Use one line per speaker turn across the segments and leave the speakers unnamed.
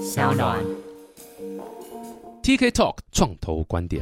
小暖。
TK Talk 创投观点。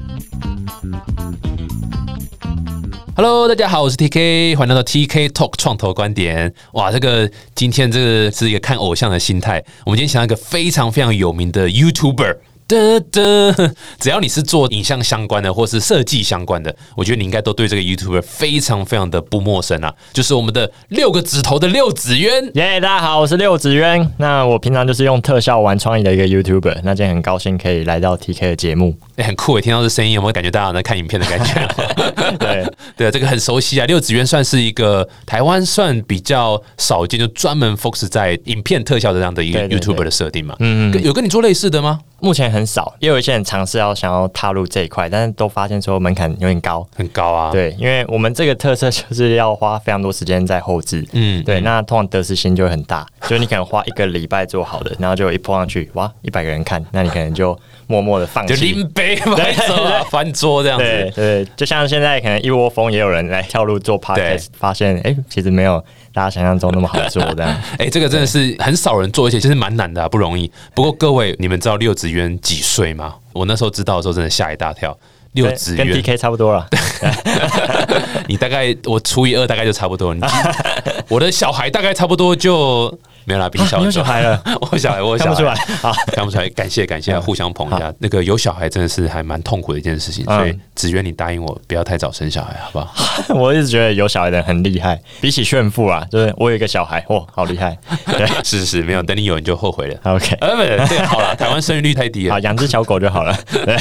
Hello，大家好，我是 TK，欢迎来到 TK Talk 创投观点。哇，这个今天这个是一个看偶像的心态。我们今天想到一个非常非常有名的 YouTuber。的的，只要你是做影像相关的，或是设计相关的，我觉得你应该都对这个 YouTuber 非常非常的不陌生啊。就是我们的六个指头的六子渊，
耶大家好，我是六子渊。那我平常就是用特效玩创意的一个 YouTuber。那今天很高兴可以来到 TK 的节目。
欸、很酷诶！听到这声音，有没有感觉大家好像在看影片的感觉？
对，
对啊，这个很熟悉啊。六子渊算是一个台湾算比较少见，就专门 focus 在影片特效的这样的一个
对对对
YouTuber 的设定嘛。嗯嗯，有跟你做类似的吗？
目前很少，也有一些人尝试要想要踏入这一块，但是都发现说门槛有点高。
很高啊。，
对，因为我们这个特色就是要花非常多时间在后置，
嗯
嗯，对，那通常得失心就会很大，就是你可能花一个礼拜做好的，然后就一泼上去，哇，一百个人看，那你可能就默默的放
就
弃
拎。杯拍手啊，翻桌这样
对
子。
对，就像现在可能一窝蜂也有人来跳入做 podcast，发现哎、诶其实没有大家想象中那么好做这 样。
哎、这个真的是很少人做，而且其实蛮难的、啊，不容易。不过各位，你们知道六子渊几岁吗？我那时候知道的时候，真的吓一大跳。六
跟
子
跟
渊
DK 差不多了，
你大概我除以二大概就差不多，你我的小孩大概差不多就没有啦，比你小、
啊你有小孩了，
我有小孩我有 小
看
孩
不出来。啊好，
看不出来，感谢感谢，互相捧一下。那个有小孩真的是还蛮痛苦的一件事情，
嗯
所以子渊，你答应我不要太早生小孩，好不好？
我一直觉得有小孩的人很厉害，比起炫富啊，就是我有一个小孩，哇，好厉害。 对
是是，没有，等你有你就后悔 了。
，OK，
呃，不，这个好了，台湾生育率太 低
好，
了。
养只小狗就 好了。对，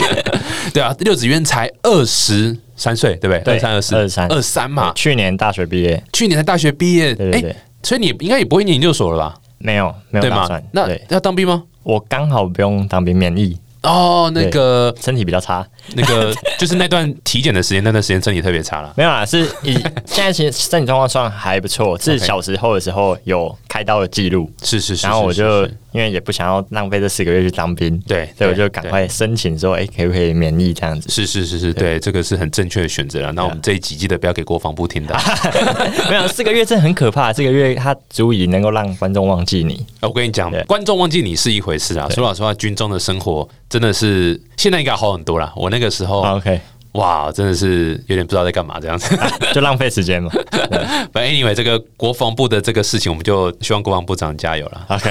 对啊，六子渊才二十三岁，对不对？
对
二三二四
23
二三嘛，
去年大学毕业，
去年才大学毕业，
对对对
诶所以你应该也不会念研究所了吧？
没有没有
对
打
吗
算。？
那
对，
要当兵吗？
我刚好不用当兵免疫，
哦，那
对
个
身体比较差。
那个， 就是那段体检的时间，那段时间身体特别差了。
没有啦，是 以现在其实身体状况算还不错，是
OK
小时候的时候有开刀的记录。
是是是，
然后我
是是
就是因为也不想要浪费这四个月去当兵，
对
所以我
对
就赶快申请说，哎，可不可以免疫这 样子？
是是是是，对，这个是很正确的选择了。那我们这一集记得不要给国防部听 到。
没有，四个月真的很可怕。这个月它足以能够让观众忘记你。
我跟你讲
对，
观众忘记你是一回事啊。说老实话，军中的生活真的是现在应该好很多了。我那个时候，
OK，
哇，真的是有点不知道在干嘛这 样子。
就浪费时间嘛。
反正 anyway，这个国防部的这个事情，我们就希望国防部长加油了。
OK，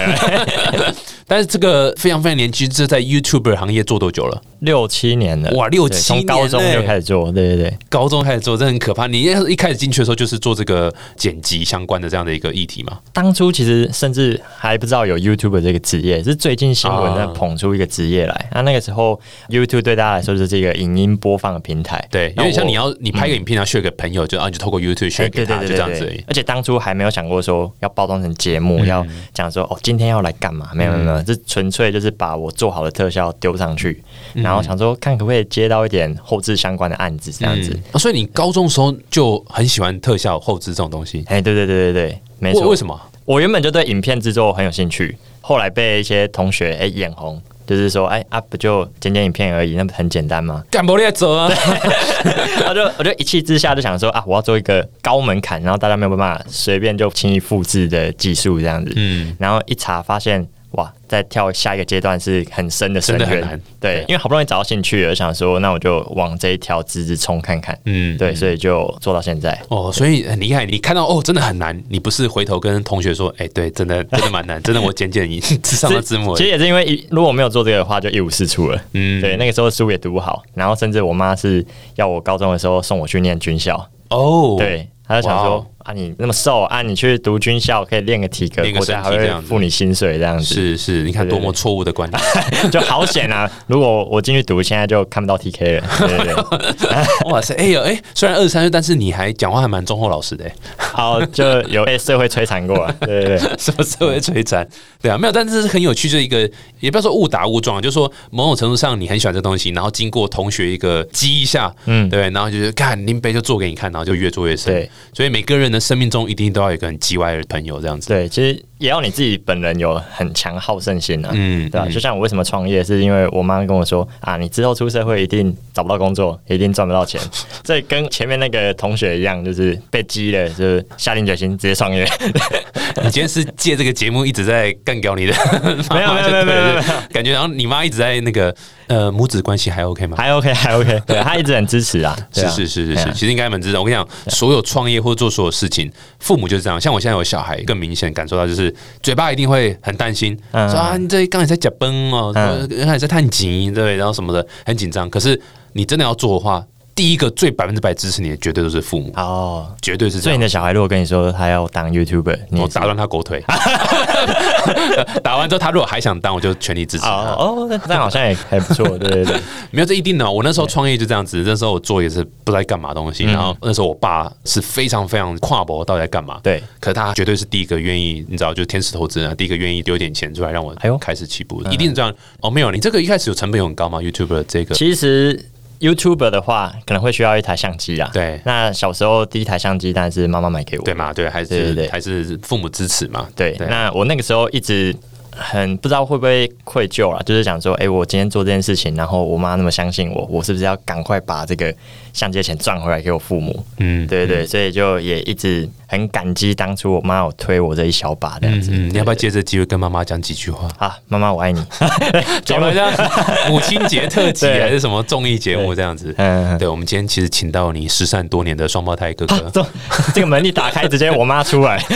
但是这个非常非常年轻，这在 YouTuber 行业做多久了？
六七年了，
哇六
对
七
从高
年
中
嘞
就开始做，对对对，
高中开始做，这很可怕。你一开始进去的时候就是做这个剪辑相关的这样的一个议题嘛？
当初其实甚至还不知道有 YouTube 这个职业，是最近新闻在
啊
捧出一个职业来。那、那个时候 YouTube 对大家来说就是这个影音播放的平台，
对，有
那
点像
我嗯
你要你拍个影片，然后 share 给朋友，就啊，你就透过 YouTube
哎
share 给
对对
他，
对
就
对
这样
对
子而已。嗯
而且当初还没有想过说要包装成节目，要讲说哦，今天要来干嘛？没有没有没有，这纯粹就是把我做好的特效丢上去，
嗯
然后想说看可不可以接到一点后置相关的案子这样子。
啊所以你高中的时候就很喜欢特效后置这种东西，
哎、对对对对对，没
为
错
为。什么？
我原本就对影片制作很有兴趣，后来被一些同学哎、眼红。就是说，哎、啊，不就剪剪影片而已，那不很简单 吗？
干不列走啊！
我就我就一气之下就想说啊，我要做一个高门槛，然后大家没有办法随便就轻易复制的技术这样子。
嗯，
然后一查发现，哇，再跳下一个阶段是很深的深
真的很
渊，
难
对，因为好不容易找到兴趣了，想说那我就往这一条直直冲看看，
嗯
对，所以就做到现在。
哦，所以很厉害。你看到哦，真的很难，你不是回头跟同学说，哎、对，真的真的蛮难，真的我剪剪你 只上了字幕而
其
已。
实也是因为一如果没有做这个的话，就一无是处了。
嗯
对，那个时候书也读不好，然后甚至我妈是要我高中的时候送我去念军校，
哦，，
对，她就想
哇
说
哦
啊，你那么瘦啊，你去读军校可以练个体格
练，个
国家
身
还
体这
会
样子
付你薪水这样子，
是是，你看
对对
多么错误的观点。
就好险啊！如果我进去读，现在就看不到 TK 了。对对对。
哇塞，哎、呦，哎、虽然二十三岁，但是你还讲话还蛮忠厚老实的、哎
好，就有被社会摧残过啊，对对对，
什么社会摧残？对啊，没有，但是是很有趣这一个，也不要说误打误撞，就是说某种程度上你很喜欢这东西，然后经过同学一个激一下，嗯，
嗯
对，然后就是看林北就做给你看，然后就越做越深。
对
所以每个人的生命中一定都要有一个很叽歪的朋友这样子。
对，其实也要你自己本人有很强好胜心啊，
嗯
对吧、就像我为什么创业，是因为我妈跟我说啊，你之后出社会一定找不到工作，一定赚不到钱，所以跟前面那个同学一样，就是被激了，就是下定决心直接创业。
你今天是借这个节目一直在干掉你 的妈
没有
妈
没有
就对了，
没有没有没有
感觉然后你妈一直在那个呃母子关系还 OK 吗？
还 OK，还 OK，对他一直很支持啊，对
是
啊
是是是
对
是，
啊
其实应该蛮知道。我跟你讲，所有创业或做所有事情，父母就是这样。像我现在有小孩，更明显感受到就是嘴巴一定会很担心，
嗯
说啊你这刚才在假崩哦，
嗯
刚才在探急对，然后什么的很紧张。可是你真的要做的话，第一个最百分之百支持你的绝对都是父母，
哦，
绝对是这
所以
样
你。的小孩如果跟你说他要当 YouTuber，你
我打断他狗腿， 打完之后他如果还想当，我就全力支持他。
哦哦，那这样好像也还不错，对对对，
没有这一定的。我那时候创业就这样子，那时候我做也是不知道在干嘛东
嗯
西。然后那时候我爸是非常非常跨博到底在干嘛，
对。
可是他绝对是第一个愿意，你知道，就是天使投资人啊，第一个愿意丢点钱出来让我
哎呦
开始起步，一定这样。哦，没有，你这个一开始有成本有很高吗？YouTuber 这个
其实 YouTuber 的话，可能会需要一台相机啊。
对
那小时候第一台相机当然是妈妈买给我。
对嘛？对，还
对对
是
对
还是父母支持嘛？
对
对
那我那个时候一直。很不知道会不会愧疚啦，就是想说，哎、我今天做这件事情，然后我妈那么相信我，我是不是要赶快把这个相机的钱赚回来给我父母？
嗯，
对对对，所以就也一直很感激当初我妈有推我这一小把这样
嗯
子。
嗯，你要不要
对？
借这机会跟妈妈讲几 句话？
对啊，妈妈我 爱你。
讲好像母亲节特辑
对
还是什么综艺节目这样子？
嗯，
对，我们今天其实请到你失散多年的双胞胎哥哥，
这这个门一打开，直接我妈出来。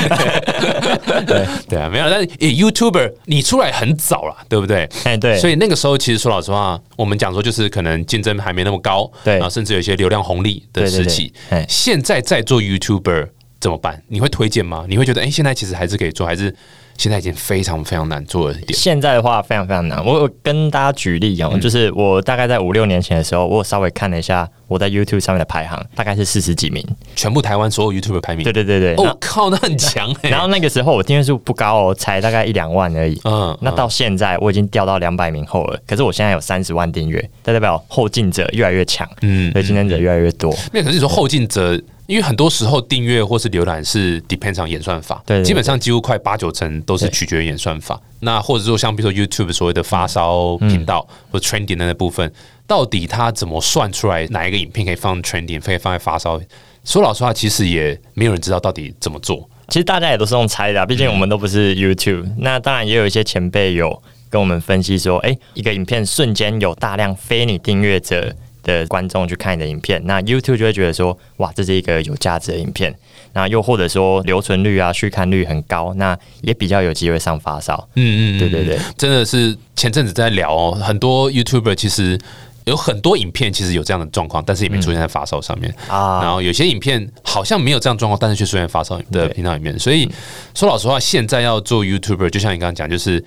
对啊，没有，但是也 YouTuber 你出来很早啦，对不对？
哎、对，
所
以
以那个时候，其实说老实话，我们讲说就是可能竞争还没那么高，
对
然后甚至有一些流量红利的时期。
对对对哎
现在在做 YouTuber 怎么办？你会推荐吗？你会觉得，哎、现在其实还是可以做，还是现在已经非常非常难做了一点？
现在的话非常非常难。我我跟大家举例哦、就是我大概在五六年前的时候，我有稍微看了一下我在 YouTube 上面的排行，大概是四十几名。
全部台湾所有 YouTuber 排名，
对对对对，
哦
然后
靠，那很强哎、
然后那个时候我订阅数不高哦，才大概一两万而已。
嗯
那到现在我已经掉到两百名后了，可是我现在有三十万订阅，这代表后进者越来越强，
嗯
嗯，所以竞争者越来越多。
那可是你说后进者，因为很多时候订阅或是浏览是 depends on 演算法，
对对对
基本上几乎快八九成都是取决于演算法。那或者说像比如说 YouTube 所谓的发烧频道、
嗯
或 trending 的那部分，到底它怎么算出来哪一个影片可以放 trending，可以放在发烧？说老实话，其实也没有人知道到底怎么做。
其实大家也都是用猜的、啊，毕竟我们都不是 YouTube。那当然也有一些前辈有跟我们分析说，哎、一个影片瞬间有大量非你订阅者的观众去看你的影片，那 YouTube 就会觉得说，哇，这是一个有价值的影片。那又或者说留存率啊、续看率很高，那也比较有机会上发烧。
嗯嗯，嗯
对对对，
真的是前阵子在聊、哦、很多 YouTuber 其实。有很多影片其实有这样的状况，但是也没出现在发烧上面、
啊
然后有些影片好像没有这样状况，但是却出现在发烧的
对
频道里面。所以说老实话，现在要做 YouTuber，就像你刚刚讲，就是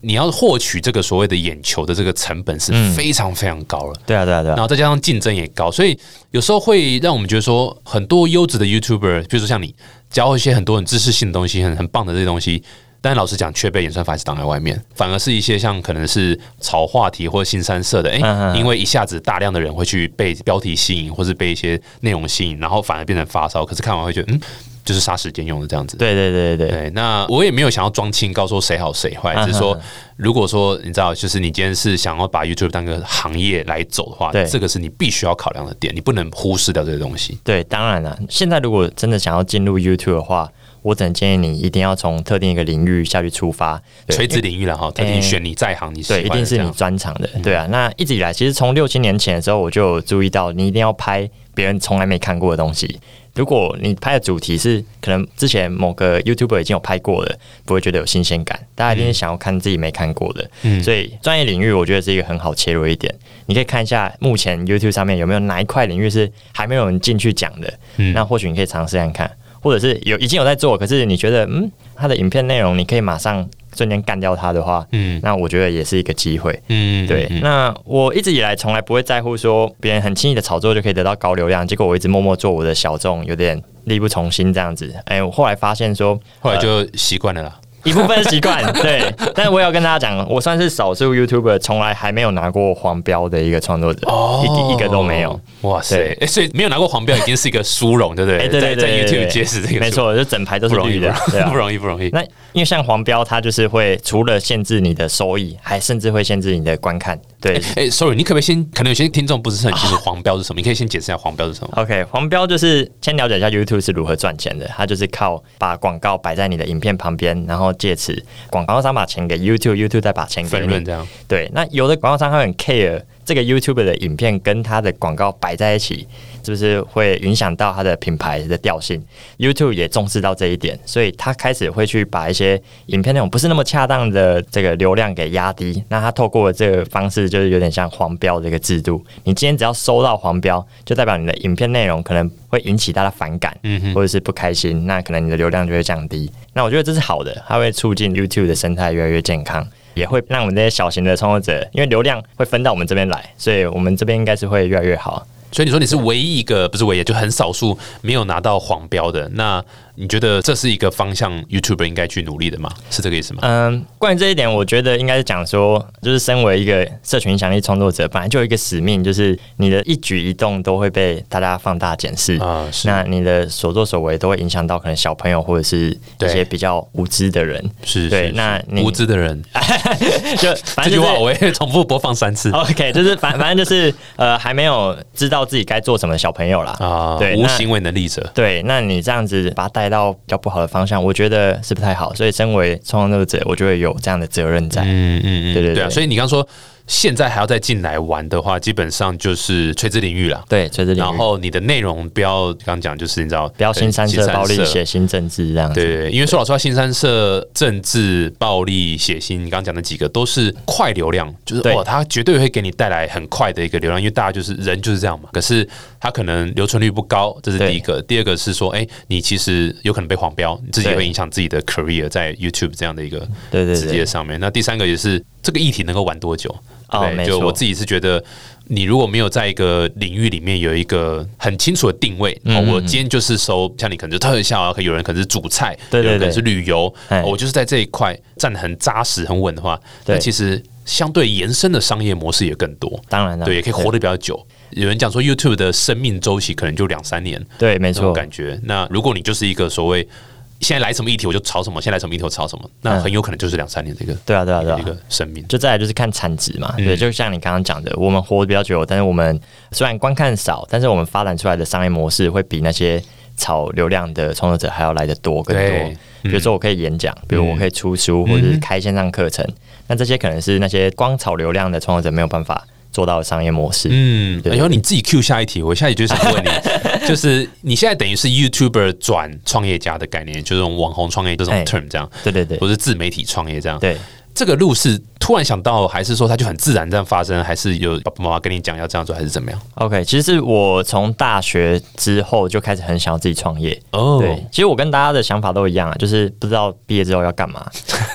你要获取这个所谓的眼球的这个成本是非常非常高了。
对啊，对啊，对
然
啊，
后再加上竞争也高，所以有时候会让我们觉得说，很多优质的 YouTuber，比如说像你，教一些很多很知识性的东西，很很棒的这些东西。但老实讲，却被演算法一直挡在外面，反而是一些像可能是炒话题或新三色的，哎、
嗯嗯
因为一下子大量的人会去被标题吸引，或是被一些内容吸引，然后反而变成发烧。可是看完会觉得，嗯，就是杀时间用的这样子。
对对对对对，
对，那我也没有想要装清高说谁好谁坏，
啊
只是说如果说你知道，就是你今天是想要把 YouTube 当个行业来走的话，
对
这个是你必须要考量的点，你不能忽视掉这个东西。
对，当然了，现在如果真的想要进入 YouTube 的话，我只能建议你一定要从特定一个领域下去出发，对
垂直领域了哈，特定
哎
选你在行，你喜
对，
欢
一
的
定是
这
你
样嗯
专长的，对啊。那一直以来，其实从六七年前的时候，我就有注意到，你一定要拍别人从来没看过的东西。如果你拍的主题是可能之前某个 YouTuber 已经有拍过了，不会觉得有新鲜感，大家一定是想要看自己没看过的。
嗯
所以专业领域我觉得是一个很好切入的一点。你可以看一下目前 YouTube 上面有没有哪一块领域是还没有人进去讲的，
嗯
那或许你可以尝试看看。或者是有已经有在做，可是你觉得嗯，他的影片内容你可以马上瞬间干掉他的话，
嗯
那我觉得也是一个机会。
嗯，
对，
嗯
那我一直以来从来不会在乎说别人很轻易的炒作就可以得到高流量，结果我一直默默做我的小众，有点力不从心这样子。哎、我后来发现说，
后来
呃
就习惯了啦。
一部分是习惯， 对，但我也要跟大家讲，我算是少数 YouTuber 从来还没有拿过黄标的一个创作者，
哦
一个一个都没有。，
哇塞
对！
哎，所以没有拿过黄标已经是一个殊荣，对不对？
哎、对对对
在在
对对
YouTube 结识这个殊荣，
没错，就整排都
不
是
容
绿
易，不
的
容，
对
易
啊
不容易，不容易。
那因为像黄标，它就是会除了限制你的收益，还甚至会限制你的观看。 对
哎、s o r r y 你可不可以先？可能有些听众不是很清楚黄标是什么，你可以先解释一下黄标是什么。
，OK，黄标就是先了解一下 YouTube 是如何赚钱的，它就是靠把广告摆在你的影片旁边，然后借此广告商把钱给 YouTube，YouTube 再把钱给
分
你
润。这样，
对，那有的广告商他会很 care 这个 YouTube 的影片跟他的广告摆在一起，是不是会影响到他的品牌的调性？YouTube 也重视到这一点，所以他开始会去把一些影片那种不是那么恰当的这个流量给压低。那他透过这个方式，就是有点像黄标这个制度。你今天只要收到黄标，就代表你的影片内容可能会引起大家反感，或者是不开心，那可能你的流量就会降低。那我觉得这是好的，它会促进 YouTube 的生态越来越健康。也会让我们这些小型的创作者，因为流量会分到我们这边来，所以我们这边应该是会越来越好。
所以你说你是唯一一个，不是唯一，就很少数没有拿到黄标的。那你觉得这是一个方向，YouTuber 应该去努力的吗？是这个意思吗？
嗯，关于这一点，我觉得应该是讲说，就是身为一个社群影响力创作者，本来就有一个使命，就是你的一举一动都会被大家放大检视。
啊，是
那你的所作所为都会影响到可能小朋友或者是一
对
些比较无知的人，
是，
对
是
那
是
你啊
无知的人，
就反正
这句
就是
话我会重复播放三次
OK，就是反反正就是呃还没有知道自己该做什么的小朋友啦。
啊，
对
无
那
行为能力者。
对，那你这样子把它带到比较不好的方向，我觉得是不太好。所以，身为创作者，我就会有这样的责任在。
嗯嗯嗯，
对对
对啊，
对
所以你刚说现在还要再进来玩的话，基本上就是垂直领域了。
对，垂直领域
然后你的内容不要刚讲就是你知道
不要新三色、暴力、血
对
腥、政治这样子。
对对，因为说老实话，新三色、政治、暴力、血腥，你刚刚讲的几个都是快流量，就是
对
哇，它绝对会给你带来很快的一个流量，因为大家就是人就是这样嘛。可是它可能留存率不高，这是第一个。第二个是说，哎，你其实有可能被黄标，你自己
对
会影响自己的 career 在 YouTube 这样的一个
对对
职
对
业上面。那第三个也是这个议题能够玩多久？
哦
对不对
没
就
错
我自己是觉得，你如果没有在一个领域里面有一个很清楚的定位，
嗯
哦，我今天就是收，像你可能就特效啊，可有人可能是主菜，
对对
有人可
对
能是旅游，
哎
哦我就是在这一块站得很扎实、很稳的话，那
对
其实相对延伸的商业模式也更多，
当然了，
对，也可以活得比较久。有人讲说 YouTube 的生命周期可能就两三年，
对，没
那种
错，
感觉。那如果你就是一个所谓现在来什么议题我就炒什么，现在来什么议题我炒什么，那很有可能就是两三年的一个
嗯对啊，对啊，对啊
一。个生命。
就再来就是看产值嘛，
嗯
对，就像你刚刚讲的，我们活得比较久，但是我们虽然观看少，但是我们发展出来的商业模式会比那些炒流量的创作者还要来的多更
对嗯
多。比如说我可以演讲，比如我可以出书，或者是开线上课程，
嗯
那这些可能是那些光炒流量的创作者没有办法做到的商业模式。
嗯，
对
然后你自己 Q 下一题，我下一题就想 问你，就是你现在等于是 YouTuber 转创业家的概念，就是这种网红创业这种
哎
term 这样，
对对对
或是自媒体创业这样。
对，
这个路是突然想到，还是说它就很自然这样发生，还是有爸爸妈妈跟你讲要这样做，还是怎么样？
OK，其实是我从大学之后就开始很想要自己创业。
哦
对，其实我跟大家的想法都一样啊，就是不知道毕业之后要干 嘛。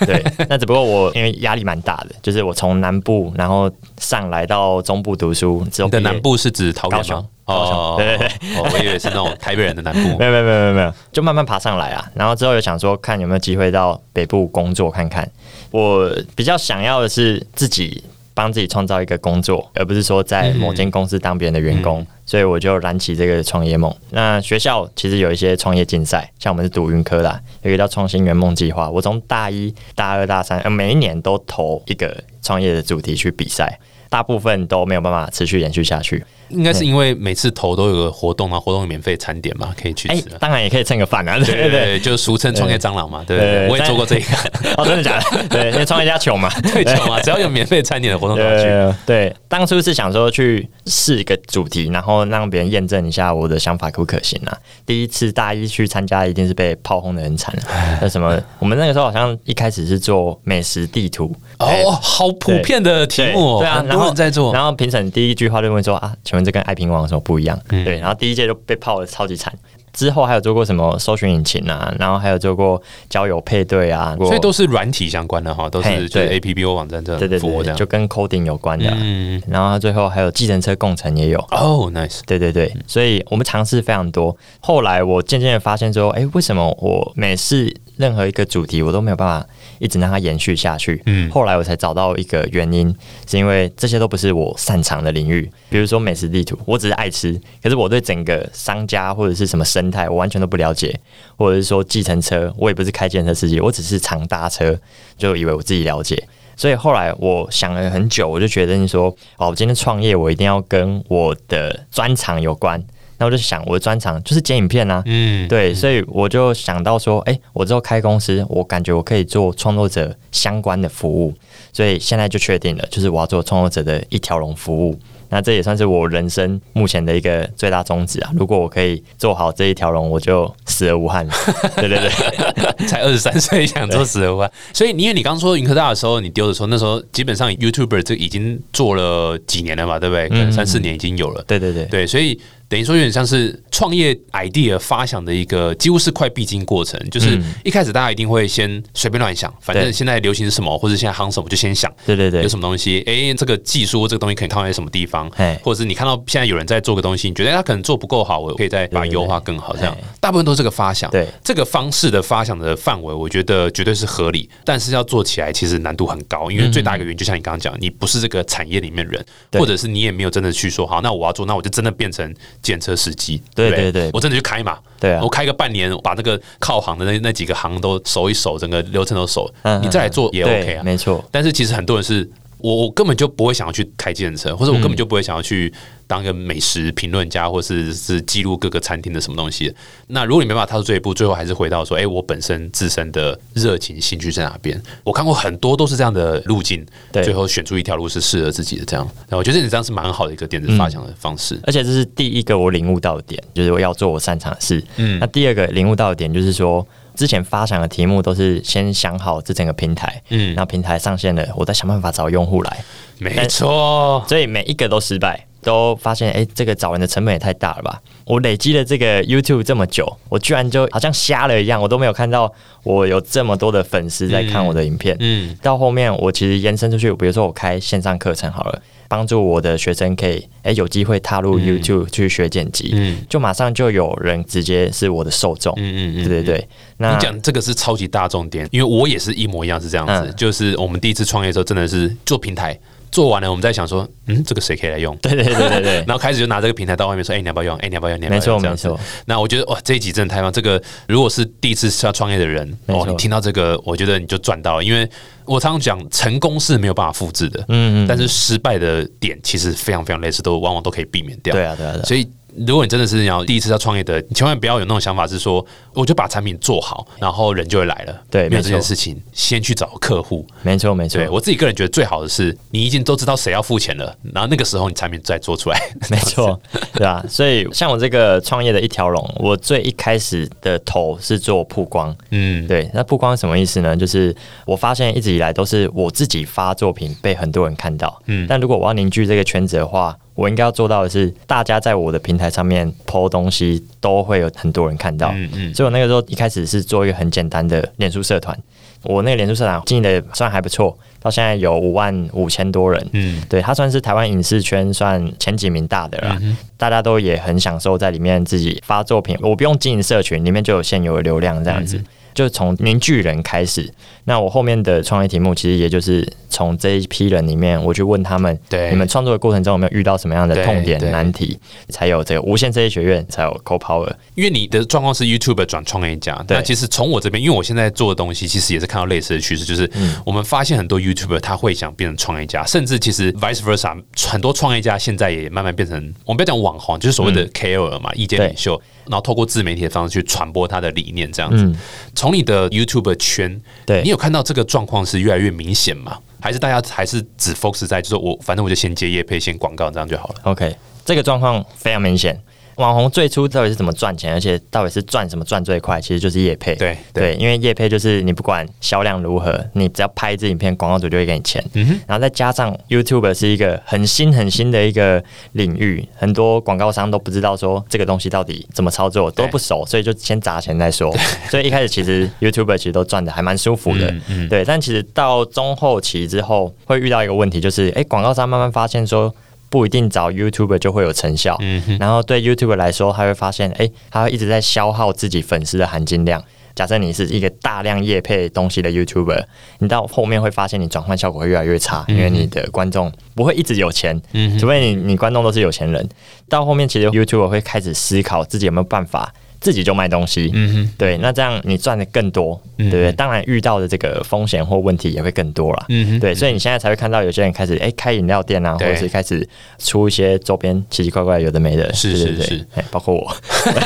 对，那只不过我因为压力蛮大的，就是我从南部然后上来到中部读书之后
你
毕业，
的南部是指桃园吗？
高雄
哦，
对对
哦我以为是那种台北人的南部
没。有没有没有没有没有，就慢慢爬上来啊。然后之后有想说看有没有机会到北部工作看看。我比较想要的是自己帮自己创造一个工作，而不是说在某间公司当别人的员工。所以我就燃起这个创业梦。那学校其实有一些创业竞赛，像我们是读云科啦，有一个叫创新圆梦计划。我从大一、大二、大三，呃，每一年都投一个创业的主题去比赛，大部分都没有办法持续延续下去。
应该是因为每次投都有个活动嘛，活动有免费餐点嘛，可以去
哎、
吃。
当然也可以蹭个饭啊，对
对
对 对。
对，就是俗称创业蟑螂嘛，对不
对
对？
对
我也做过这个，
哦，真的假 的？对，因为创业家穷嘛。
对，就嘛，啊只要有免费餐点的活动都要去。
对对，当初是想说去试一个主题，然后让别人验证一下我的想法可不可行啊。第一次大一去参加，一定是被炮轰的很惨。啊那什么，我们那个时候好像一开始是做美食地图，
哦，好普遍的题
对
目哦，
哎对啊，
很
然
多
后
人在做。
然后评审第一句话就问说啊，请问这跟爱拼网有什么不一样？
嗯
对，然后第一届就被泡的超级惨。之后还有做过什么搜寻引擎啊，然后还有做过交友配对啊，
所以都是软体相关的哈，都
嘿
是就是
对
A P P O 网站这
对
样
对
服务这
对，
样
就。跟 coding 有关的啊、
嗯，
然后最后还有计程车共乘也有。
哦，nice，
对对对，所以我们尝试非常多。后来我渐渐的发现说，哎，为什么我每次任何一个主题我都没有办法一直让它延续下去？
嗯
后来我才找到一个原因，是因为这些都不是我擅长的领域。比如说美食地图，我只是爱吃，可是我对整个商家或者是什么生生态我完全都不了解，或者是说计程车，我也不是开计程车司机，我只是常搭车，就以为我自己了解。所以后来我想了很久，我就决定说，哦，我今天创业，我一定要跟我的专长有关。那我就想，我的专长就是剪影片啊，
嗯，
对，所以我就想到说，哎、我之后开公司，我感觉我可以做创作者相关的服务，所以现在就确定了，就是我要做创作者的一条龙服务。那这也算是我人生目前的一个最大宗旨啊！如果我可以做好这一条龙，我就死而无憾了。对对对，
才二十三岁想做十万，所以你因为你刚说云科大的时候，你丢的时候，那时候基本上 YouTuber 这已经做了几年了嘛，对不对？可
嗯
能三四年已经有了。
对对对，
对，所以等于说有点像是创业 idea 发想的一个几乎是快必经过程，就是一开始大家一定会先随便乱想，反正
对
现在流行是什么，或者现在夯什么就先想。
对对对
有，什么东西？诶，这个技术这个东西可以看到在什么地方
嘿，
或者是你看到现在有人在做个东西，你觉得诶他可能做不够好，我可以再把它
对对对
优化更好。这样，大部分都是这个发想。
对
这个方式的发想的范围，我觉得绝对是合理，但是要做起来其实难度很高，因为最大一个原因就像你刚刚讲，你不是这个产业里面人，
嗯对
或者是你也没有真的去说好，那我要做，那我就真的变成检车司机。
对
不
对对
我真的去开嘛。
对啊
我开个半年，把那个靠行的那那几个行都熟一熟，整个流程都熟
嗯，
你再来做也
对
OK 啊。
没错，
但是其实很多人是我我根本就不会想要去开健身，或者我根本就不会想要去当一个美食评论家，或是是记录各个餐厅的什么东西。那如果你没办法踏出这一步，最后还是回到说，哎、我本身自身的热情兴趣在哪边？我看过很多都是这样的路径，
对
最后选出一条路是适合自己的这样。那我觉得你这样是蛮好的一个电子发想的方式。
而且这是第一个我领悟到的点，就是我要做我擅长的事。嗯，那第二个领悟到的点就是说，之前发想的题目都是先想好这整个平台，
嗯
嗯，那平台上线了，我再想办法找用户来，
没错，
所以每一个都失败，都发现哎、诶这个找人的成本也太大了吧？我累积了这个 YouTube 这么久，我居然就好像瞎了一样，我都没有看到我有这么多的粉丝在看我的影片，
嗯，
到后面我其实延伸出去，比如说我开线上课程好了，帮助我的学生可以诶有机会踏入 YouTube 去学剪辑，
嗯
就马上就有人直接是我的受众，
嗯嗯嗯
对对对，那
你讲这个是超级大重点，因为我也是一模一样是这样子，
嗯
就是我们第一次创业的时候，真的是做平台。做完了，我们在想说，嗯，这个谁可以来用？
对对对 对对
然后开始就拿这个平台到外面说，哎、你要不要用？哎、你要不要用？你要不
没
要
错
用？这样子
没错。
那我觉得哇，这一集真的太棒！这个如果是第一次要创业的人，
没
哦，
错
你听到这个，我觉得你就赚到了，因为我常常讲，成功是没有办法复制的，嗯但是失败的点其实非常非常类似，都往往都可以避免掉。
对啊对啊对啊
所以。如果你真的是要第一次要创业的，你千万不要有那种想法，是说我就把产品做好，然后人就会来了。
对
没有
没
这件
错
事情，先去找客户，
没错没错
对，我自己个人觉得最好的是，你已经都知道谁要付钱了，然后那个时候你产品再做出来。
没错，对啊，所以像我这个创业的一条龙，我最一开始的头是做曝光。
嗯，
对，那曝光是什么意思呢？就是我发现一直以来都是我自己发作品被很多人看到，嗯，但如果我要凝聚这个圈子的话，我应该要做到的是，大家在我的平台上面 PO 东西都会有很多人看到，
嗯
嗯
嗯
嗯，所以我那个时候一开始是做一个很简单的脸书社团，我那个脸书社团经营的算还不错，到现在有五万五千多人，
嗯
嗯，对，它算是台湾影视圈算前几名大的
嗯
啦，大家都也很享受在里面自己发作品，我不用经营社群，里面就有现有的流量这样
嗯
子。就从凝聚人开始，那我后面的创业题目其实也就是从这一批人里面，我去问他们，
对
你们创作的过程中有没有遇到什么样
对
的痛点
对
难题，才有这个无线这一学院才有 Co Power，
因为你的状况是 YouTube 转创业家，
对
那其实从我这边，因为我现在做的东西，其实也是看到类似的趋势，就是
嗯
我们发现很多 YouTuber 他会想变成创业家，甚至其实 vice versa，很多创业家现在也慢慢变成，我们不要讲网红，就是所谓
嗯
的 KOL 嘛，意见领袖，然后透过自媒体的方式去传播他的理念，这样子。从你的 YouTube 圈，
嗯对
你有看到这个状况是越来越明显吗？还是大家还是只 focus 在就是我反正我就先接业配，先广告这样就好了？
OK，这个状况非常明显。网红最初到底是怎么赚钱，而且到底是赚什么赚最快，其实就是业配。
对
对，因为业配就是你不管销量如何，你只要拍一支影片，广告主就会给你钱。然后再加上 YouTube 是一个很新很新的一个领域，很多广告商都不知道说这个东西到底怎么操作，都
对
不熟，所以就先砸钱再说。 所以一开始其实 YouTuber 其实都赚的还蛮舒服的。对，但其实到中后期之后，会遇到一个问题，就是哎，广告商慢慢发现说。不一定找 YouTuber 就会有成效，然后对 YouTuber 来说，他会发现，哎、他会一直在消耗自己粉丝的含金量。假设你是一个大量业配东西的 YouTuber，你到后面会发现你转换效果会越来越
嗯
差，因为你的观众不会一直有钱，除非你你观众都是有钱人。到后面其实 YouTuber 会开始思考自己有没有办法自己就卖东西，
嗯哼，嗯
对，那这样你赚的更多，对不对？当然遇到的这个风险或问题也会更多啦。
嗯哼
对，所以你现在才会看到有些人开始哎、诶开饮料店啊，或
对
者是开始出一些周边奇奇怪怪有的没的，
是
对
是
对对
是
哎包括我，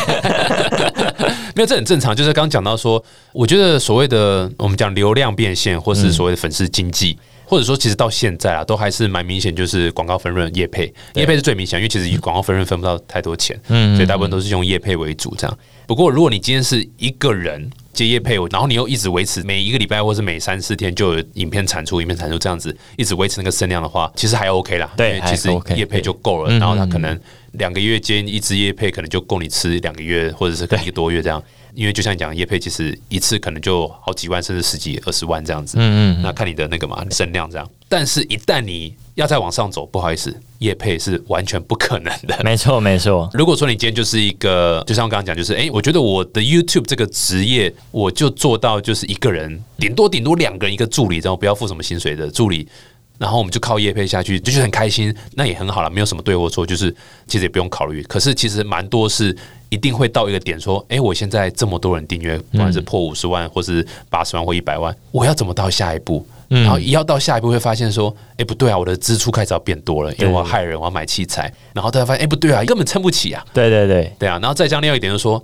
没有，这很正常。就是刚刚讲到说，我觉得所谓的我们讲流量变现，或
嗯
是所谓的粉丝经济。或者说，其实到现在啊，都还是蛮明显，就是广告分润、业配，业配是最明显，因为其实以广告分润分不到太多钱，
嗯
所以大部分都是用业配为主这样。不过，如果你今天是一个人接业配，然后你又一直维持每一个礼拜或是每三四天就有影片产出、影片产出这样子，一直维持那个声量的话，其实还 OK 啦。
对
因为其实
还 OK，
业配就够
嗯
了，然后他可能两个月间一支叶配，可能就够你吃两个月，或者是可能一个多月这
嗯
样。因为就像你讲，叶配其实一次可能就好几万，甚至十几、二十万这样子。
嗯嗯
那看你的那个嘛声量这样。但是，一旦你要再往上走，不好意思，叶配是完全不可能的。
没错没错，
如果说你今天就是一个，就像我刚刚讲，就是哎、诶我觉得我的 YouTube 这个职业，我就做到就是一个人，顶多顶多两个人一个助理，然后不要付什么薪水的助理，然后我们就靠业配下去，就是很开心，那也很好了，没有什么对或错，就是其实也不用考虑。可是其实蛮多是一定会到一个点，说，哎、我现在这么多人订阅，不管是破五十万，或是八十万或一百万，我要怎么到下一步？然后一要到下一步会发现说，哎、不对啊，我的支出开始要变多了，因为我要害人，我要买器材，然后大家发现，哎、不对啊，根本撑不起啊，
对对对
对啊，然后再加上另外一点就是说，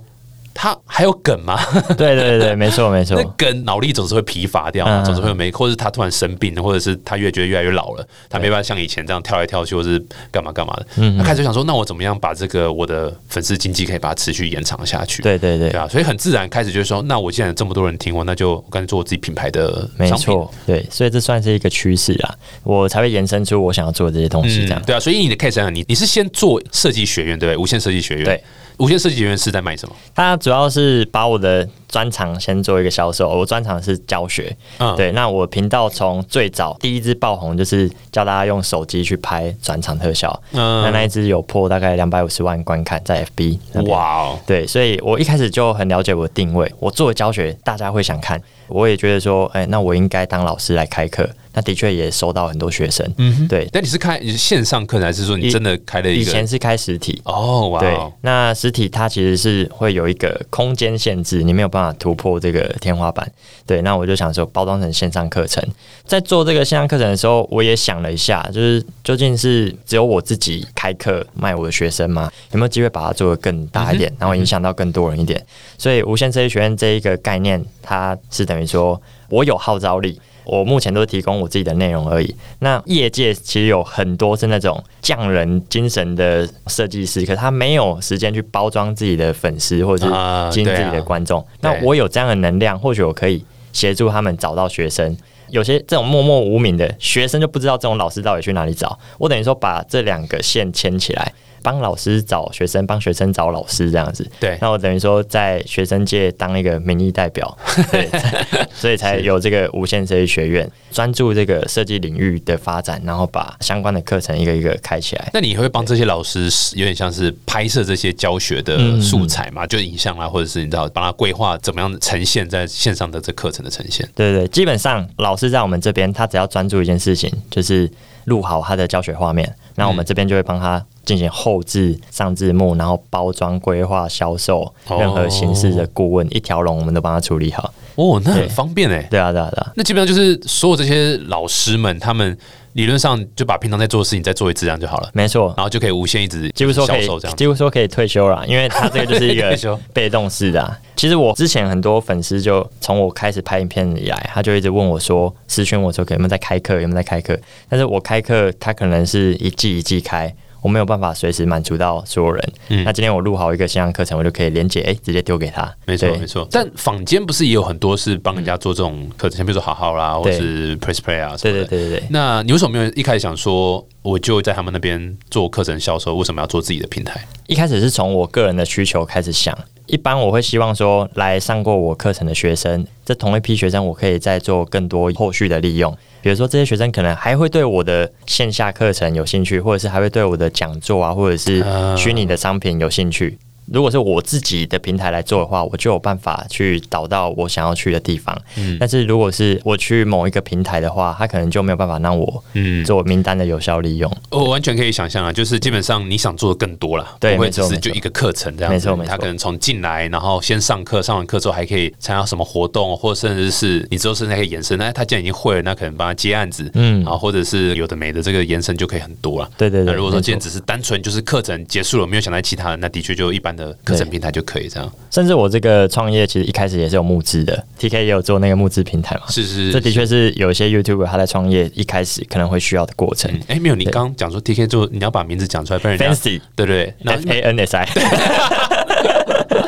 他还有梗吗？
对对对，没错没错
那，梗脑力总是会疲乏掉嘛，
嗯
总是会没，或是他突然生病，或者是他越觉得越来越老了，他没办法像以前这样跳来跳去，或是干嘛干嘛的。
嗯
他开始想说，那我怎么样把这个我的粉丝经济可以把它持续延长下去？
对对对
对，啊，所以很自然开始就是说，那我既然有这么多人听我，那就我干脆做我自己品牌的
没
商品。
错，对，所以这算是一个趋势啊，我才会延伸出我想要做的这些东西，这样
嗯，对啊，所以你的 case 上，你你是先做设计学院对不对？无线设计学院
对。
无线设计学院是在卖什么？
它主要是把我的专长先做一个销售，我专长是教学。
嗯
对，那我频道从最早第一支爆红就是教大家用手机去拍转场特效，
嗯
那那一支有破大概两百五十万观看在 FB。！
哇哦，
对，所以我一开始就很了解我的定位，我做的教学大家会想看，我也觉得说，哎、那我应该当老师来开课。那的确也收到很多学生，嗯，对，
但你是开你是线上课程，还是说你
以
真的开了一
以
个
前？是开实体，
哦，哇
对
哦，，
那实体它其实是会有一个空间限制，你没有办法突破这个天花板。对，那我就想说包装成线上课程。在做这个线上课程的时候，我也想了一下，就是究竟是只有我自己开课卖我的学生吗？有没有机会把它做得更大一
嗯
点，然后影响到更多人一点？所以无线设计学院这一个概念，它是等于说我有号召力。我目前都是提供我自己的内容而已。那业界其实有很多是那种匠人精神的设计师，可是他没有时间去包装自己的粉丝或者是
啊
经营自
对
己
啊
的观众。
对
那我有这样的能量，或许我可以协助他们找到学生。有些这种默默无名的学生就不知道这种老师到底去哪里找。我等于说把这两个线牵起来，帮老师找学生，帮学生找老师这样子。
对
那我等于说在学生界当一个民意代表，对， 所以才有这个无线设计学院，专注这个设计领域的发展，然后把相关的课程一个一个开起来。
那你会帮这些老师有点像是拍摄这些教学
嗯
的素材嘛？就是影像啦，或者是你知道帮他规划怎么样呈现在线上的这课程的呈现。
对对，对基本上老师在我们这边，他只要专注一件事情，就是录好他的教学画面，那我们这边就会帮他进行后置、上字幕，然后包装、规划、销售，任何形式的顾问、一条龙，我们都帮他处理好。
哦，那很
对
方便哎。
对啊，对啊，对啊，
那基本上就是所有这些老师们，他们理论上就把平常在做的事情再做一次这样就好了，
没错。
然后就可以无限一直
几乎说可
销
以
售这样，。
几乎说可以退休了，因为他这个就是一
退
个
休
被动式的、啊。其实我之前很多粉丝就从我开始拍影片以来，他就一直问我说，私讯我说有没有在开课，有没有在开课？但是我开课，他可能是一季一季开。我没有办法随时满足到所有人。
嗯
那今天我录好一个线上课程，我就可以连接，哎、直接丢给他。
没错，
对嗯
没错。但坊间不是也有很多是帮人家做这种课程，像比如说好好啦，或
对
是 Press Play 啊什
对
么
对
的。
对对对。
那你为什么没有一开始想说，我就在他们那边做课程销售，为什么要做自己的平台？
一开始是从我个人的需求开始想。一般我会希望说，来上过我课程的学生，这同一批学生，我可以再做更多后续的利用。比如说，这些学生可能还会对我的线
啊
下课程有兴趣，或者是还会对我的讲座啊，或者是虚拟的商品有兴趣。如果是我自己的平台来做的话，我就有办法去导到我想要去的地方。
嗯
但是如果是我去某一个平台的话，它可能就没有办法让我
嗯
做名单的有效利用。
我完全可以想象啊，就是基本上你想做的更多了，
对
不会
没
只
错
是
没
就
错
一个课程这样子。
没错没错
他可能从进来，然后先上课，上完课之后还可以参加什么活动，或甚至是你之后甚至还可以延伸。那他既然已经会了，那可能帮他接案子，嗯，
嗯
然后或者是有的没的，这个延伸就可以很多了。
对对对
那如果说
没错
今天只是单纯就是课程结束了，没有想到其他的，那的确就一般的课程
对
平台就可以这样。
甚至我这个创业其实一开始也是有募资的，TK 也有做那个募资平台嘛。
是是，
这的确是有一些 YouTuber 他在创业一开始可能会需要的过程。
嗯。哎、没有，你刚刚讲说 T K 做，你要把名字讲出来，不然人家
Fancy
对啊 对对，然后
F A N S I，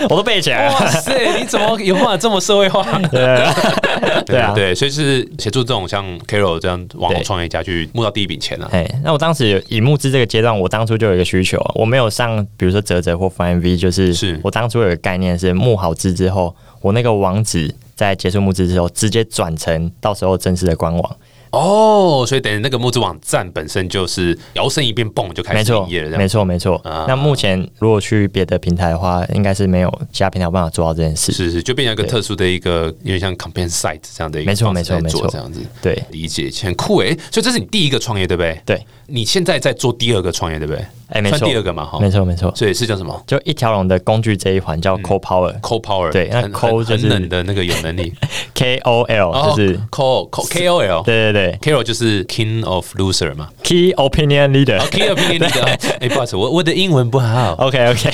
我 都背起来了。
哇塞，你怎么有办法这么社 会化？
对啊，
对，所以是协助这种像 Carol 这样网红
对
创业家去募到第一笔钱啊。
哎，那我当时以募资这个阶段，我当初就有一个需求，啊我没有上，比如说泽泽或 FMV，就是
是
我当初有个概念是募好资之后，我那个网址在结束募资之后，直接转成到时候正式的官网。
哦，所以等于那个募资网站本身就是摇身一变，蹦就开
没
始
错
营业了，这，
没
样。
错，没错
啊。
那目前如果去别的平台的话，应该是没有其他平台有办法做到这件事。
是是，就变成一个
对
特殊的一个，有点像 campaign site 这样的一个
没错
方式在
没错
做
没错
这样子
对
理解，很酷诶、所以这是你第一个创业对不对？
对，
你现在在做第二个创业对不对？
哎没
算
错
第二个嘛哦哈，
没错，没错。
所以是叫什么
就一条龙的工具这一环
嗯
叫 Co Power，K
？Co Power
对那
很
Co
很
就是
很冷的那个有能力，
O L 就是
哦 Co Co K O L
对对对
Carol 就是 King of Loser 嘛。
，Key Opinion Leader。
可以有便利的。 哎，不好意思，我我的英文不好。
OK OK，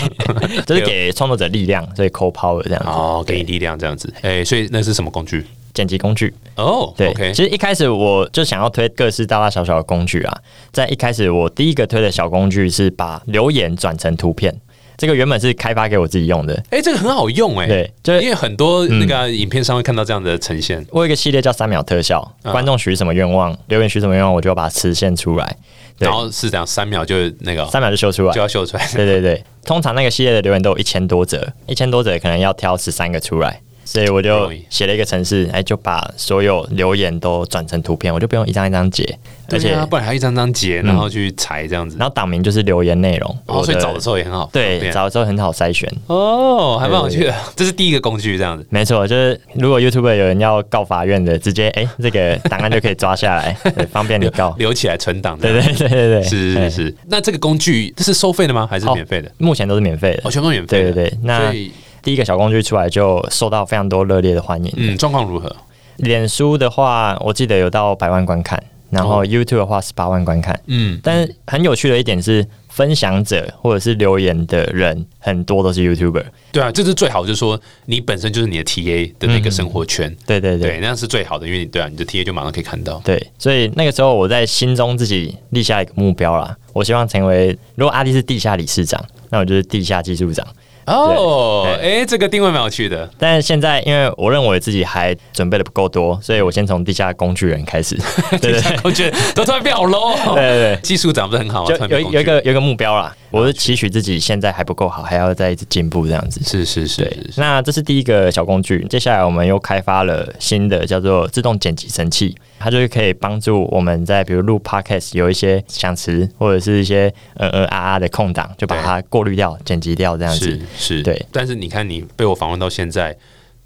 就是给创作者力量，所以 Co Power 这样子。
哦，给你力量这样子。哎，所以那是什么工具？
剪辑工具，
哦
对
，OK，
其实一开始我就想要推各式大大小小的工具啊。在一开始，我第一个推的小工具是把留言转成图片，这个原本是开发给我自己用的。
哎，这个很好用哎，
对就是
因为很多那个影片上会看到这样的呈现。
我有一个系列叫三秒特效，
啊
观众许什么愿望，留言许什么愿望，我就要把它实现出来，对
然后是这样，三秒就那个
三秒就秀出来
就。要秀出来。
对对对，通常那个系列的留言都有一千多则，一千多则可能要挑十三个出来，所以我
不
就
容易
写了一个程式，哎，就把所有留言都转成图片，我就不用一张一张截，而且
对啊，不然还一张张截，然后去裁这样子。
然后档名就是留言内容，
哦，
我
所以找的
的
时候也很好方便。
对找的时候很好筛选。
哦，还蛮有趣的。这是第一个工具这样子。
没错，就是如果 YouTube 有人要告法院的，直接哎、这个档案就可以抓下 来，对方便你告。
留起来存档的，
对对对对对，
是
哎
是是。那这个工具这是收费的吗？还是
哦
免费的？
目前都是免费的
哦，。全部免
对
费的。
呃对对，那
所以
第一个小工具出来就受到非常多热烈的欢迎。
嗯，状况如何？
脸书的话，我记得有到百万观看，然
哦
后 YouTube 的话是八万观看。
嗯，
但是很有趣的一点是，分享者或者是留言的人很多都是 YouTuber。
对啊，这是最好，就是说你本身就是你的 TA 的那个生活圈，
对对对
对，那样是最好的，因为你对啊，你的 TA 就马上可以看到。
对，所以那个时候我在心中自己立下一个目标啦，我希望成为，如果阿弟是地下理事长，那我就是地下技术长。
哦，
对
哎、这个定位蛮有趣的，
但是现在，因为我认为自己还准备的不够多，所以我先从地下工具人开 始。对对对对
我觉得都突然变好 low 哦。
对对。
技术长不是很好吗？
就
突然
有
变
一
哦工具
有一个有一个目标啦，我是期许自己现在还不够好，还要再一直进步这样子。
是是是
对
是，是
那这是第一个小工具。接下来我们又开发了新的叫做自动剪辑神器，它就是可以帮助我们在比如录 podcast 有一些想词或者是一些呃呃啊啊的空档，就把它过滤掉、剪辑掉这样子
是。是，
对。
但是你看，你被我访问到现在。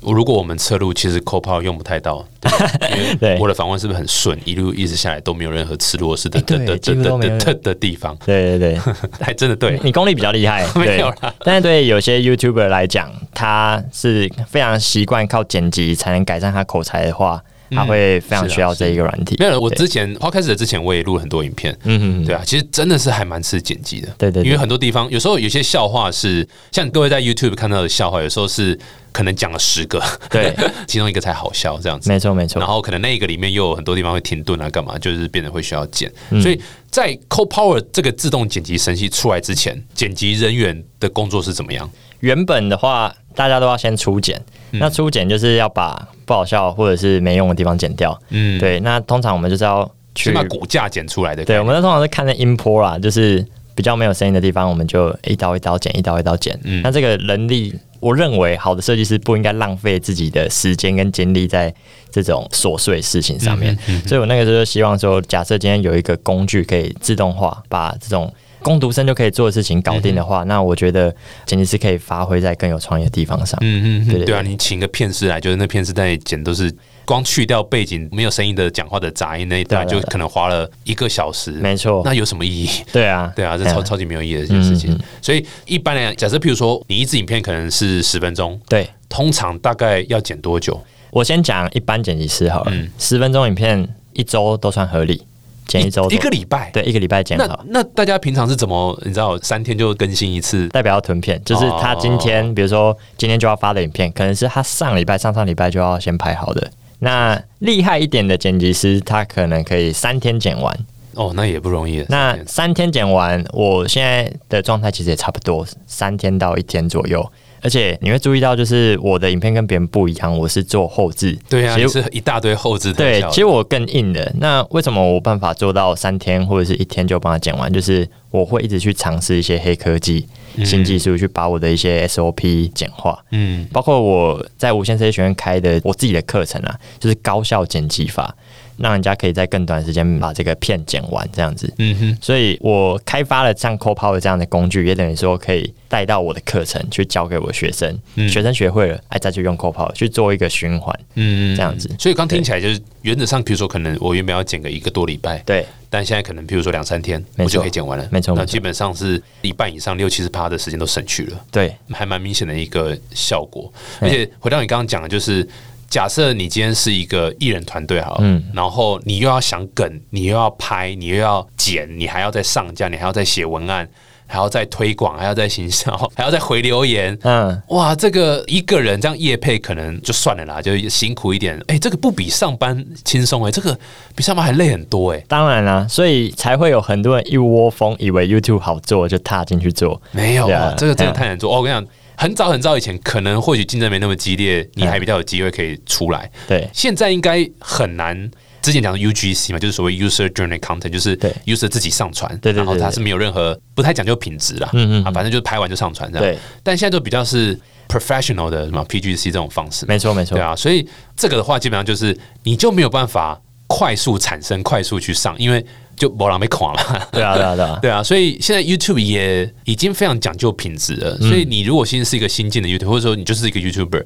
我如果我们侧录，其实 c 炮用不太到，对吧因为
对
我的访问是不是很顺？一路一直下来都没有任何吃螺丝的
哎对
的的
几乎
的
都没有嗯
的的的地方，
对对对，
还真的对，
你功力比较厉 害，
没
对
有啦。
但是对有些 YouTuber 来讲，他是非常习惯靠剪辑才能改善他口才的话，他会非常
是啊
需要这一个软体。
没有，我之前 podcast 的之前我也录了很多影片，嗯嗯，对啊，其实真的是还蛮吃剪辑的，
对对对
因为很多地方有时候有些笑话是像各位在 YouTube 看到的笑话，有时候是可能讲了十个，
对，
其中一个才好笑这样子，
没错没错
然，后可能那一个里面又有很多地方会停顿啊，干嘛，就是变得会需要剪，
嗯
所以在 CoPower 这个自动剪辑神器出来之前，剪辑人员的工作是怎么样？
原本的话，大家都要先初剪，
嗯
那初剪就是要把不好笑或者是没用的地方剪掉。
嗯，，
对，那通常我们就是要去
先，把骨架剪出来的，
对，我们那通常是看那音波啦，就是比较没有声音的地方，我们就一刀一刀剪，一刀一刀剪。
嗯
那这个人力，我认为好的设计师不应该浪费自己的时间跟精力在这种琐碎事情
嗯
上面。所以我那个时候就希望说，假设今天有一个工具可以自动化把这种。攻读生就可以做的事情搞定的
嗯
话，那我觉得剪辑师可以发挥在更有创意的地方上。
嗯嗯
对
嗯，
对
对啊，你请个片师来，就是那片师在剪都是光去掉背景没有声音的讲话的杂音那一段，
对
就
啊
可能花了一个小时。
没错
那有什么意义？
对啊，
对啊，这超
嗯
超级没有意义的一件事情
嗯。
所以一般来讲，假设譬如说你一支影片可能是十分钟，
对。
通常大概要剪多久？
我先讲一般剪辑师好了，
嗯
十、分钟影片一周都算合理，剪一周
一个礼拜。
对一个礼拜剪
那
好，
那大家平常是怎么？你知道三天就更新一次？
代表要囤片，就是他今天、
哦
比如说今天就要发的影片，可能是他上礼拜、上上礼拜就要先拍好的。那厉害一点的剪辑师，他可能可以三天剪完。
哦，那也不容易。
那
三天
三天剪完，我现在的状态其实也差不多，三天到一天左右。而且你会注意到，就是我的影片跟别人不一样，我是做后置。
对啊，
其
你
实
是一大堆后置特
对
效，的
其实我更硬的。那为什么我有办法做到三天或者是一天就帮他剪完？就是我会一直去尝试一些黑科技、新技术，去把我的一些 SOP 简化。
嗯，
包括我在无线设计学院开的我自己的课程啊，就是高效剪辑法，让人家可以在更短时间把这个片剪完，这样子。
嗯哼，
所以我开发了像 Copilot 这样的工具，也等于说可以带到我的课程去教给我的学生，学生学会了，哎，再去用 Copilot 去做一个循环，
嗯嗯嗯，
这样子
嗯所以刚听起来就是原则上，比如说可能我原本要剪个一个多礼拜，
对。
但现在可能比如说两三天，
没错
我就可以剪完了。
没错
那
没错
基本上是一半以上六七十趴的时间都省去了，
对，
还蛮明显的一个效果。而
嗯
且回到你刚刚讲的，就是假设你今天是一个艺人团队好了，
嗯
然后你又要想梗，你又要拍，你又要剪，你还要再上架，你还要再写文案，还要再推广，还要再行销， 还要再回留言，
嗯，
哇，这个一个人这样夜配可能就算了啦，就辛苦一点。哎、这个不比上班轻松哎，这个比上班还累很多哎、
当然啦、所以才会有很多人一窝蜂以为 YouTube 好做就踏进去做。
没有
对啊
哇这个真的
嗯
太难做。哦我跟你讲，很早很早以前，可能或许竞争没那么激烈，你还比较有机会可以出来。
对
现在应该很难。之前讲的 UGC 嘛，就是所谓 user generated content，就是
对
user 自己上传，
对对对
然后它
对
是没有任何不太讲究品质啦，
嗯嗯
啊，反正就是拍完就上传这样。
对，
但现在就比较是 professional 的什么 PGC 这种方式嘛，
没错没错
对，啊，所以这个的话，基本上就是你就没有办法快速产生、快速去上，因为就没人被垮了。
对啊对啊对啊，
对啊，所以现在 YouTube 也已经非常讲究品质了。所以你如果现在是一个新进的 YouTube，或者说你就是一个 YouTuber，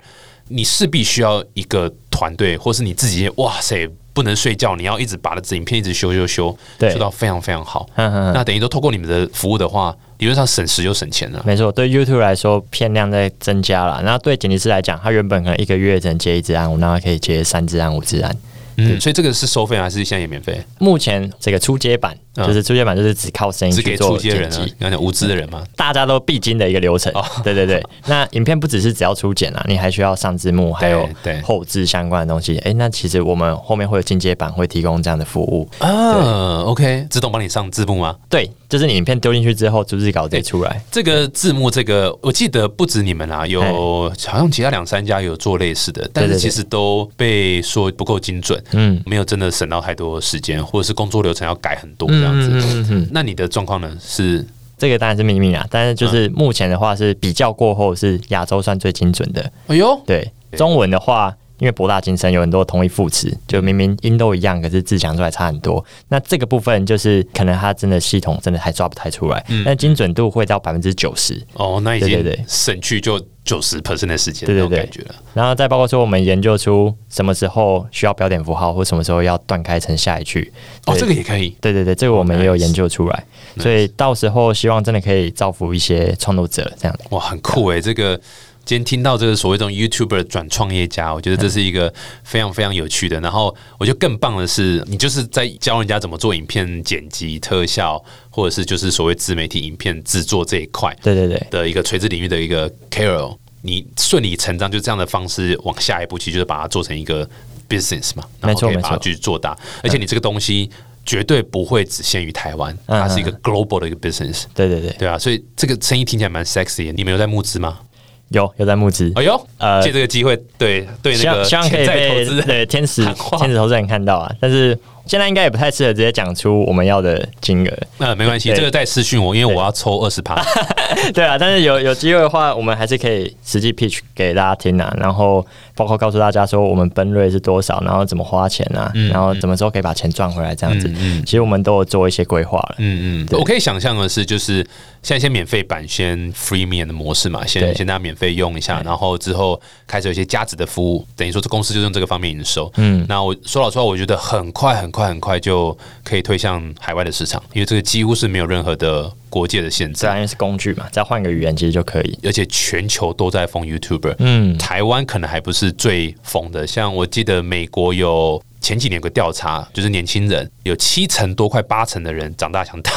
你势必需要一个团队，或是你自己，哇塞，不能睡觉，你要一直把这影片一直修修修，
对
修到非常非常好。
嗯嗯嗯
那等于都透过你们的服务的话，理论上省时又省钱了。
没错。对 YouTube 来说，片量在增加了。那对剪辑师来讲，他原本可能一个月只能接一支案，我那可以接三支案、五支案。
嗯，所以这个是收费还是现在也免费？
目前这个初阶版，
嗯
就是初阶版就是只靠声音
只给
去
初
做
阶
剪
人啊哦
辑，，
讲讲无知的人嘛。
大家都必经的一个流程。对对对，那影片不只是只要初剪啊，你还需要上字幕，还有
对
后置相关的东西。诶，那其实我们后面会有进阶版会提供这样的服务。
啊，OK，自动帮你上字幕吗？
对，就是你影片丢进去之后，逐字稿直接出来。
这个字幕，这个我记得不止你们啦，有好像其他两三家有做类似的，但是
哎对对
其实都被说不够精准，
嗯，
没有真的省到太多时间，或者是工作流程要改很多这样
嗯
子。
嗯嗯，
那你的状况呢？是
这个当然是秘密啊，但是就是目前的话是比较过后是亚洲算最精准的。
哎呦，
对，中文的话。因为博大精深，有很多同义副词，就明明音都一样，可是字讲出来差很多。那这个部分就是可能它真的系统真的还抓不太出来，但精准度会到百分之九十。
哦，那已
对
经
对对
省去就九十 percent 的时间
对对
那种
对
感觉了。
然后再包括说，我们研究出什么时候需要标点符号，或什么时候要断开成下一句。
哦，
对
这个也可以。
对对对，这个我们也有
哦 nice
研究出来，所以到时候希望真的可以造福一些创作者这样。
哇，很酷
啊
欸诶！这个今天听到这个所谓这种 YouTuber 转创业家，我觉得这是一个非常非常有趣的。然后我觉得更棒的是，你就是在教人家怎么做影片剪辑、特效，或者是就是所谓自媒体影片制作这一块
对对对，
的一个垂直领域的一个 KOL。你顺理成章就这样的方式往下一步去，就是把它做成一个 business 嘛，然
没
后
错
可以把它
没错
去做大。而且你这个东西绝对不会只限于台湾，
嗯
它是一个 global 的一个 business，
对对对，
对啊。所以这个生意听起来蛮 sexy 的。你们有在募资吗？
有有在募资，
哎呦，
呃
借这个机会对对
希
那
望
个
希望可
潜
以
在投
被
资人
对天使
喊话
天使投资人看到啊。但是现在应该也不太适合直接讲出我们要的金额，
那呃没关系，
对
这个再私讯我，因为我要抽二十趴。
对啊，但是有有机会的话，我们还是可以实际 pitch 给大家听啊，然后包括告诉大家说我们奔瑞是多少，然后怎么花钱啊，
嗯
然后什么时候可以把钱赚回来这样子。其实我们都有做一些规划了。
嗯嗯，我可以想象的是，就是现在先免费版，先 free m i a 的模式嘛，先
对
先大家免费用一下，然后之后开始有一些加值的服务，等于说这公司就用这个方面营收。嗯，那我说老实话，我觉得很快很快很快就可以推向海外的市场，因为这个几乎是没有任何的国界的限制
自。然是工具嘛，再换个语言其实就可以。
而且全球都在封 YouTuber，
嗯，
台湾可能还不是最疯的，像我记得美国有前几年有个调查，就是年轻人有七成多快八成的人长大想当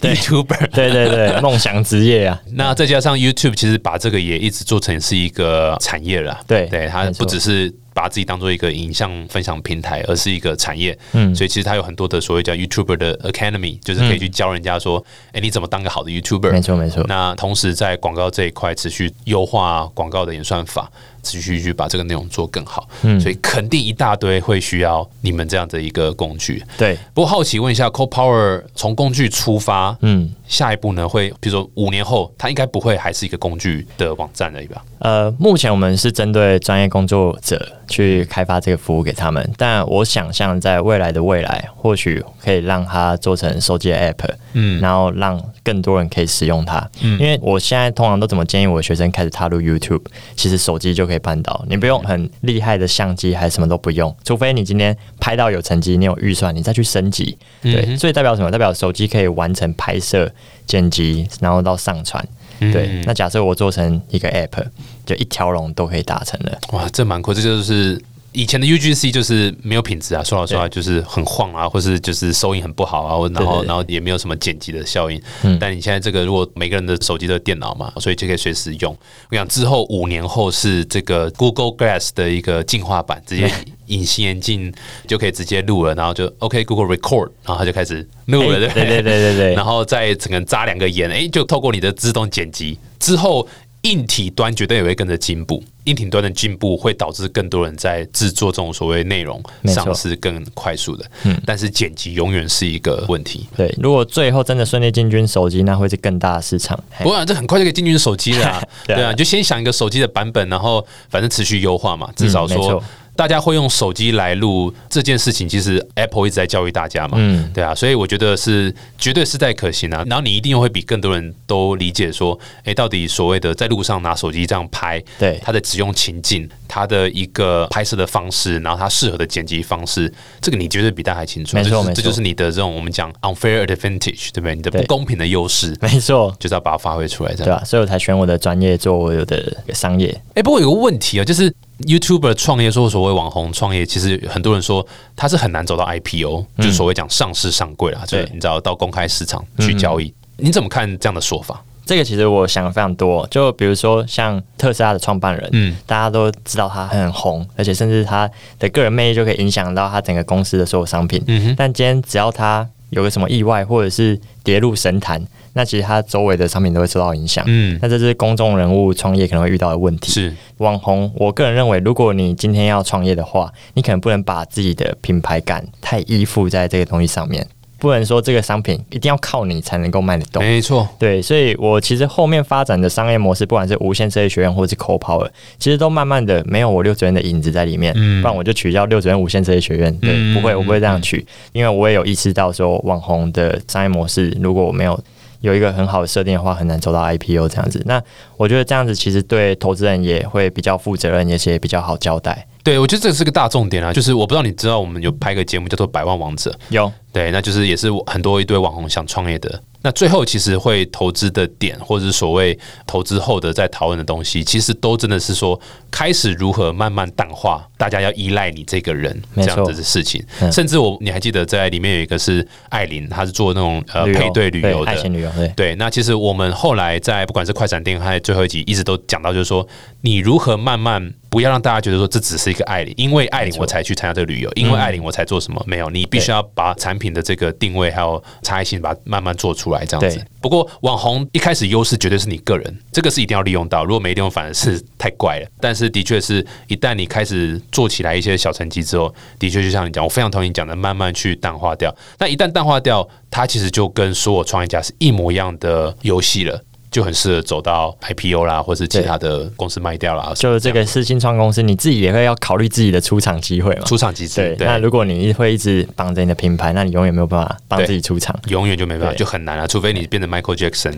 YouTuber。
对对对，梦想职业啊，
那再加上 YouTube，其实把这个也一直做成是一个产业了啊。
对
对，它
没错
不只是把自己当做一个影像分享平台，而是一个产业。
嗯
所以其实它有很多的所谓叫 YouTuber 的 Academy，就是可以去教人家说，哎、你怎么当个好的 YouTuber？
没错没错。
那同时在广告这一块持续优化广告的演算法，持续去把这个内容做更好。
嗯
所以肯定一大堆会需要你们这样的一个工具。
对，
不过好奇问一下，Co Power 从工具出发，
嗯，
下一步呢会，比如说五年后，它应该不会还是一个工具的网站而已吧？
呃，目前我们是针对专业工作者去开发这个服务给他们，但我想象在未来的未来，或许可以让它做成手机的 app，嗯，然后让更多人可以使用它。嗯，因为我现在通常都怎么建议我的学生开始踏入 YouTube，其实手机就可以办到，你不用很厉害的相机，还什么都不用，除非你今天拍到有成绩，你有预算，你再去升级。对，所以代表什么？代表手机可以完成拍摄、剪辑，然后到上传。
嗯
对，那假设我做成一个 app，就一条龙都可以达成了。
哇，这蛮酷，这就是。以前的 UGC 就是没有品质啊，说老实话就是很晃啊，或是就是收音很不好啊，或然
对
后
对对嗯
然后也没有什么剪辑的效应。但你现在这个，如果每个人的手机都有电脑嘛，所以就可以随时用。我想之后五年后是这个 Google Glass 的一个进化版，直接隐形眼镜就可以直接录了，然后就 OK Google Record，然后它就开始录了，对
哎对
不
对对对对，
然后再整个扎两个眼，哎、就透过你的自动剪辑之后，硬体端绝对也会跟着进步。硬体端的进步会导致更多人在制作这种所谓内容
没错嗯
上是更快速的，但是剪辑永远是一个问题。
对，如果最后真的顺利进军手机，那会是更大的市场。 嘿
不过、啊、这很快就可以进军手机了、啊，对
对啊
啊，你就先想一个手机的版本，然后反正持续优化嘛，至少
嗯没
说
错。
大家会用手机来录这件事情，其实 Apple 一直在教育大家嘛，嗯，对啊，所以我觉得是绝对是在可行啊。然后你一定会比更多人都理解说，诶，到底所谓的在路上拿手机这样拍，
对
它的使用情境、它的一个拍摄的方式，然后它适合的剪辑方式，这个你绝对比大家还清楚。啊
没错
这就是
没错
这就是你的这种我们讲 unfair advantage，对不对？你的不
对
公平的优势，
没错，
就是要把它发挥出来，这样
对。吧、啊所以我才选我的专业做我的商业。
哎、不过有个问题啊，就是 YouTuber 创业，说所谓网红创业，其实很多人说他是很难走到 IPO，、就是所谓讲上市上柜啦，就
嗯
是
对嗯
你知道到公开市场去交易。你怎么看这样的说法？
这个其实我想了非常多，就比如说像特斯拉的创办人，
嗯
嗯，大家都知道他很红，而且甚至他的个人魅力就可以影响到他整个公司的所有商品。
嗯哼
但今天只要他有个什么意外，或者是跌入神坛，那其实他周围的商品都会受到影响。
嗯，
那这是公众人物创业可能会遇到的问题。
是
网红，我个人认为，如果你今天要创业的话，你可能不能把自己的品牌感太依附在这个东西上面，不能说这个商品一定要靠你才能够卖得动。
没错，
对，所以我其实后面发展的商业模式，不管是无线设计学院或是 CoPower，其实都慢慢的没有我六九院的影子在里面，
嗯
不然我就取消六九院无线设计学院。对，
嗯
不会，我不会这样取，因为我也有意识到说，网红的商业模式如果我没有。有一个很好的设定的话，很难走到 IPO 这样子。那我觉得这样子其实对投资人也会比较负责任，而且也比较好交代。
对我觉得这是个大重点啊。就是我不知道你知道，我们有拍个节目叫做《百万王者》，
有，
对，那就是也是很多一堆网红想创业的。那最后其实会投资的点，或者是所谓投资后的在讨论的东西，其实都真的是说开始如何慢慢淡化，大家要依赖你这个人这
没错
样子的事情。
嗯
甚至我你还记得在里面有一个是艾琳，她是做那种呃
旅游
配对旅游
爱
的，
情旅游，对，
对，那其实我们后来在不管是快闪店还是最后一集，一直都讲到，就是说你如何慢慢不要让大家觉得说这只是一个艾琳，因为艾琳我才去参加这个旅游，因为艾琳我才做什么，没有，你必须要把产品的这个定位还有差异性，把它慢慢做出来这样子
对。
不过网红一开始优势绝对是你个人，这个是一定要利用到，如果没利用反而是太怪了。但是的确是一旦你开始做起来一些小成绩之后，的确就像你讲，我非常同意你讲的，慢慢去淡化掉。那一旦淡化掉，它其实就跟所有创业家是一模一样的游戏了。就很适合走到 IPO 啦，或是其他的公司卖掉啦，
就这个是新创公司，你自己也会要考虑自己的出场机会嘛。
出场机制
对，，那如果你会一直绑着你的品牌，那你永远没有办法帮
对
自己出场。
永远就没办法，
对
就很难了、除非你变成 Michael Jackson，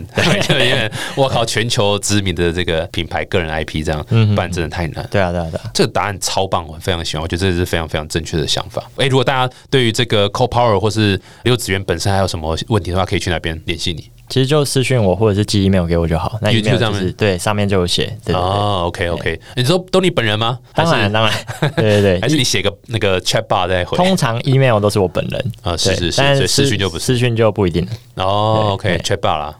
就 有点我靠，全球知名的这个品牌个人 IP 这样，不然真的太难。
对啊，对啊，对啊，
这个答案超棒，我非常喜欢，我觉得这是非常非常正确的想法。诶，如果大家对于这个 Co Power 或是六子源本身还有什么问题的话，可以去那边联系你。
其实就私讯我或者是寄 email 给我就好。那
YouTube
email 就
啊上
是
面
对上面就有写，对对对。
哦，OK OK，你说都你本人吗？还
当
是
然，当 然，对对
还
对。
是你写个那个 chat bar 再 回？
通常 email 都是我本人
啊是
对
是是
但
所以私
私
讯就不是
私讯就不一 定了，
哦
对
，OK，chat bar 啦。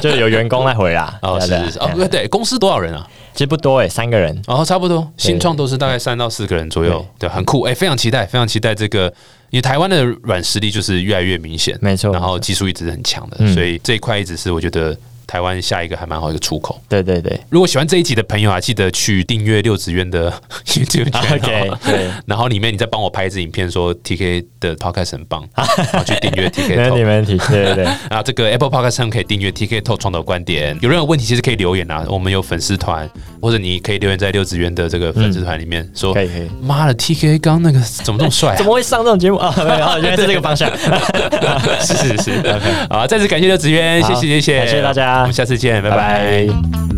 就有员工来回啦。
哦，是
对啊
是是，
对啊
哦，对，公司多少人啊？
其实不多诶，三个人。
然后差不多，新创都是大概三到四个人左右，对，很酷，哎、非常期待，非常期待这个。因为台湾的软实力就是越来越明显，
没错
然后技术一直是很强的，
嗯
所以这一块一直是我觉得台湾下一个还蛮好的一个出口。
对对对
如果喜欢这一集的朋友啊，记得去订阅六子渊的 YouTube channel，、
，OK，对，
然后里面你再帮我拍一支影片，说 TK 的 Podcast 很 棒，然后去订阅 TK
没问
Talk
题，没问题，对对对。
啊，这个 Apple Podcast 上可以订阅 TK Talk 创投观点，有任何问题其实可以留言啊，我们有粉丝团，或者你可以留言在六子渊的这个粉丝团里面、说，
可以可以
妈的 TK 刚那个 怎么这么帅、啊？
怎么会上这种节目啊？没有，原来是这个方向。
是是是，好，再次感谢六子渊，谢谢谢谢，
感谢大家
我们下次见，拜拜
拜拜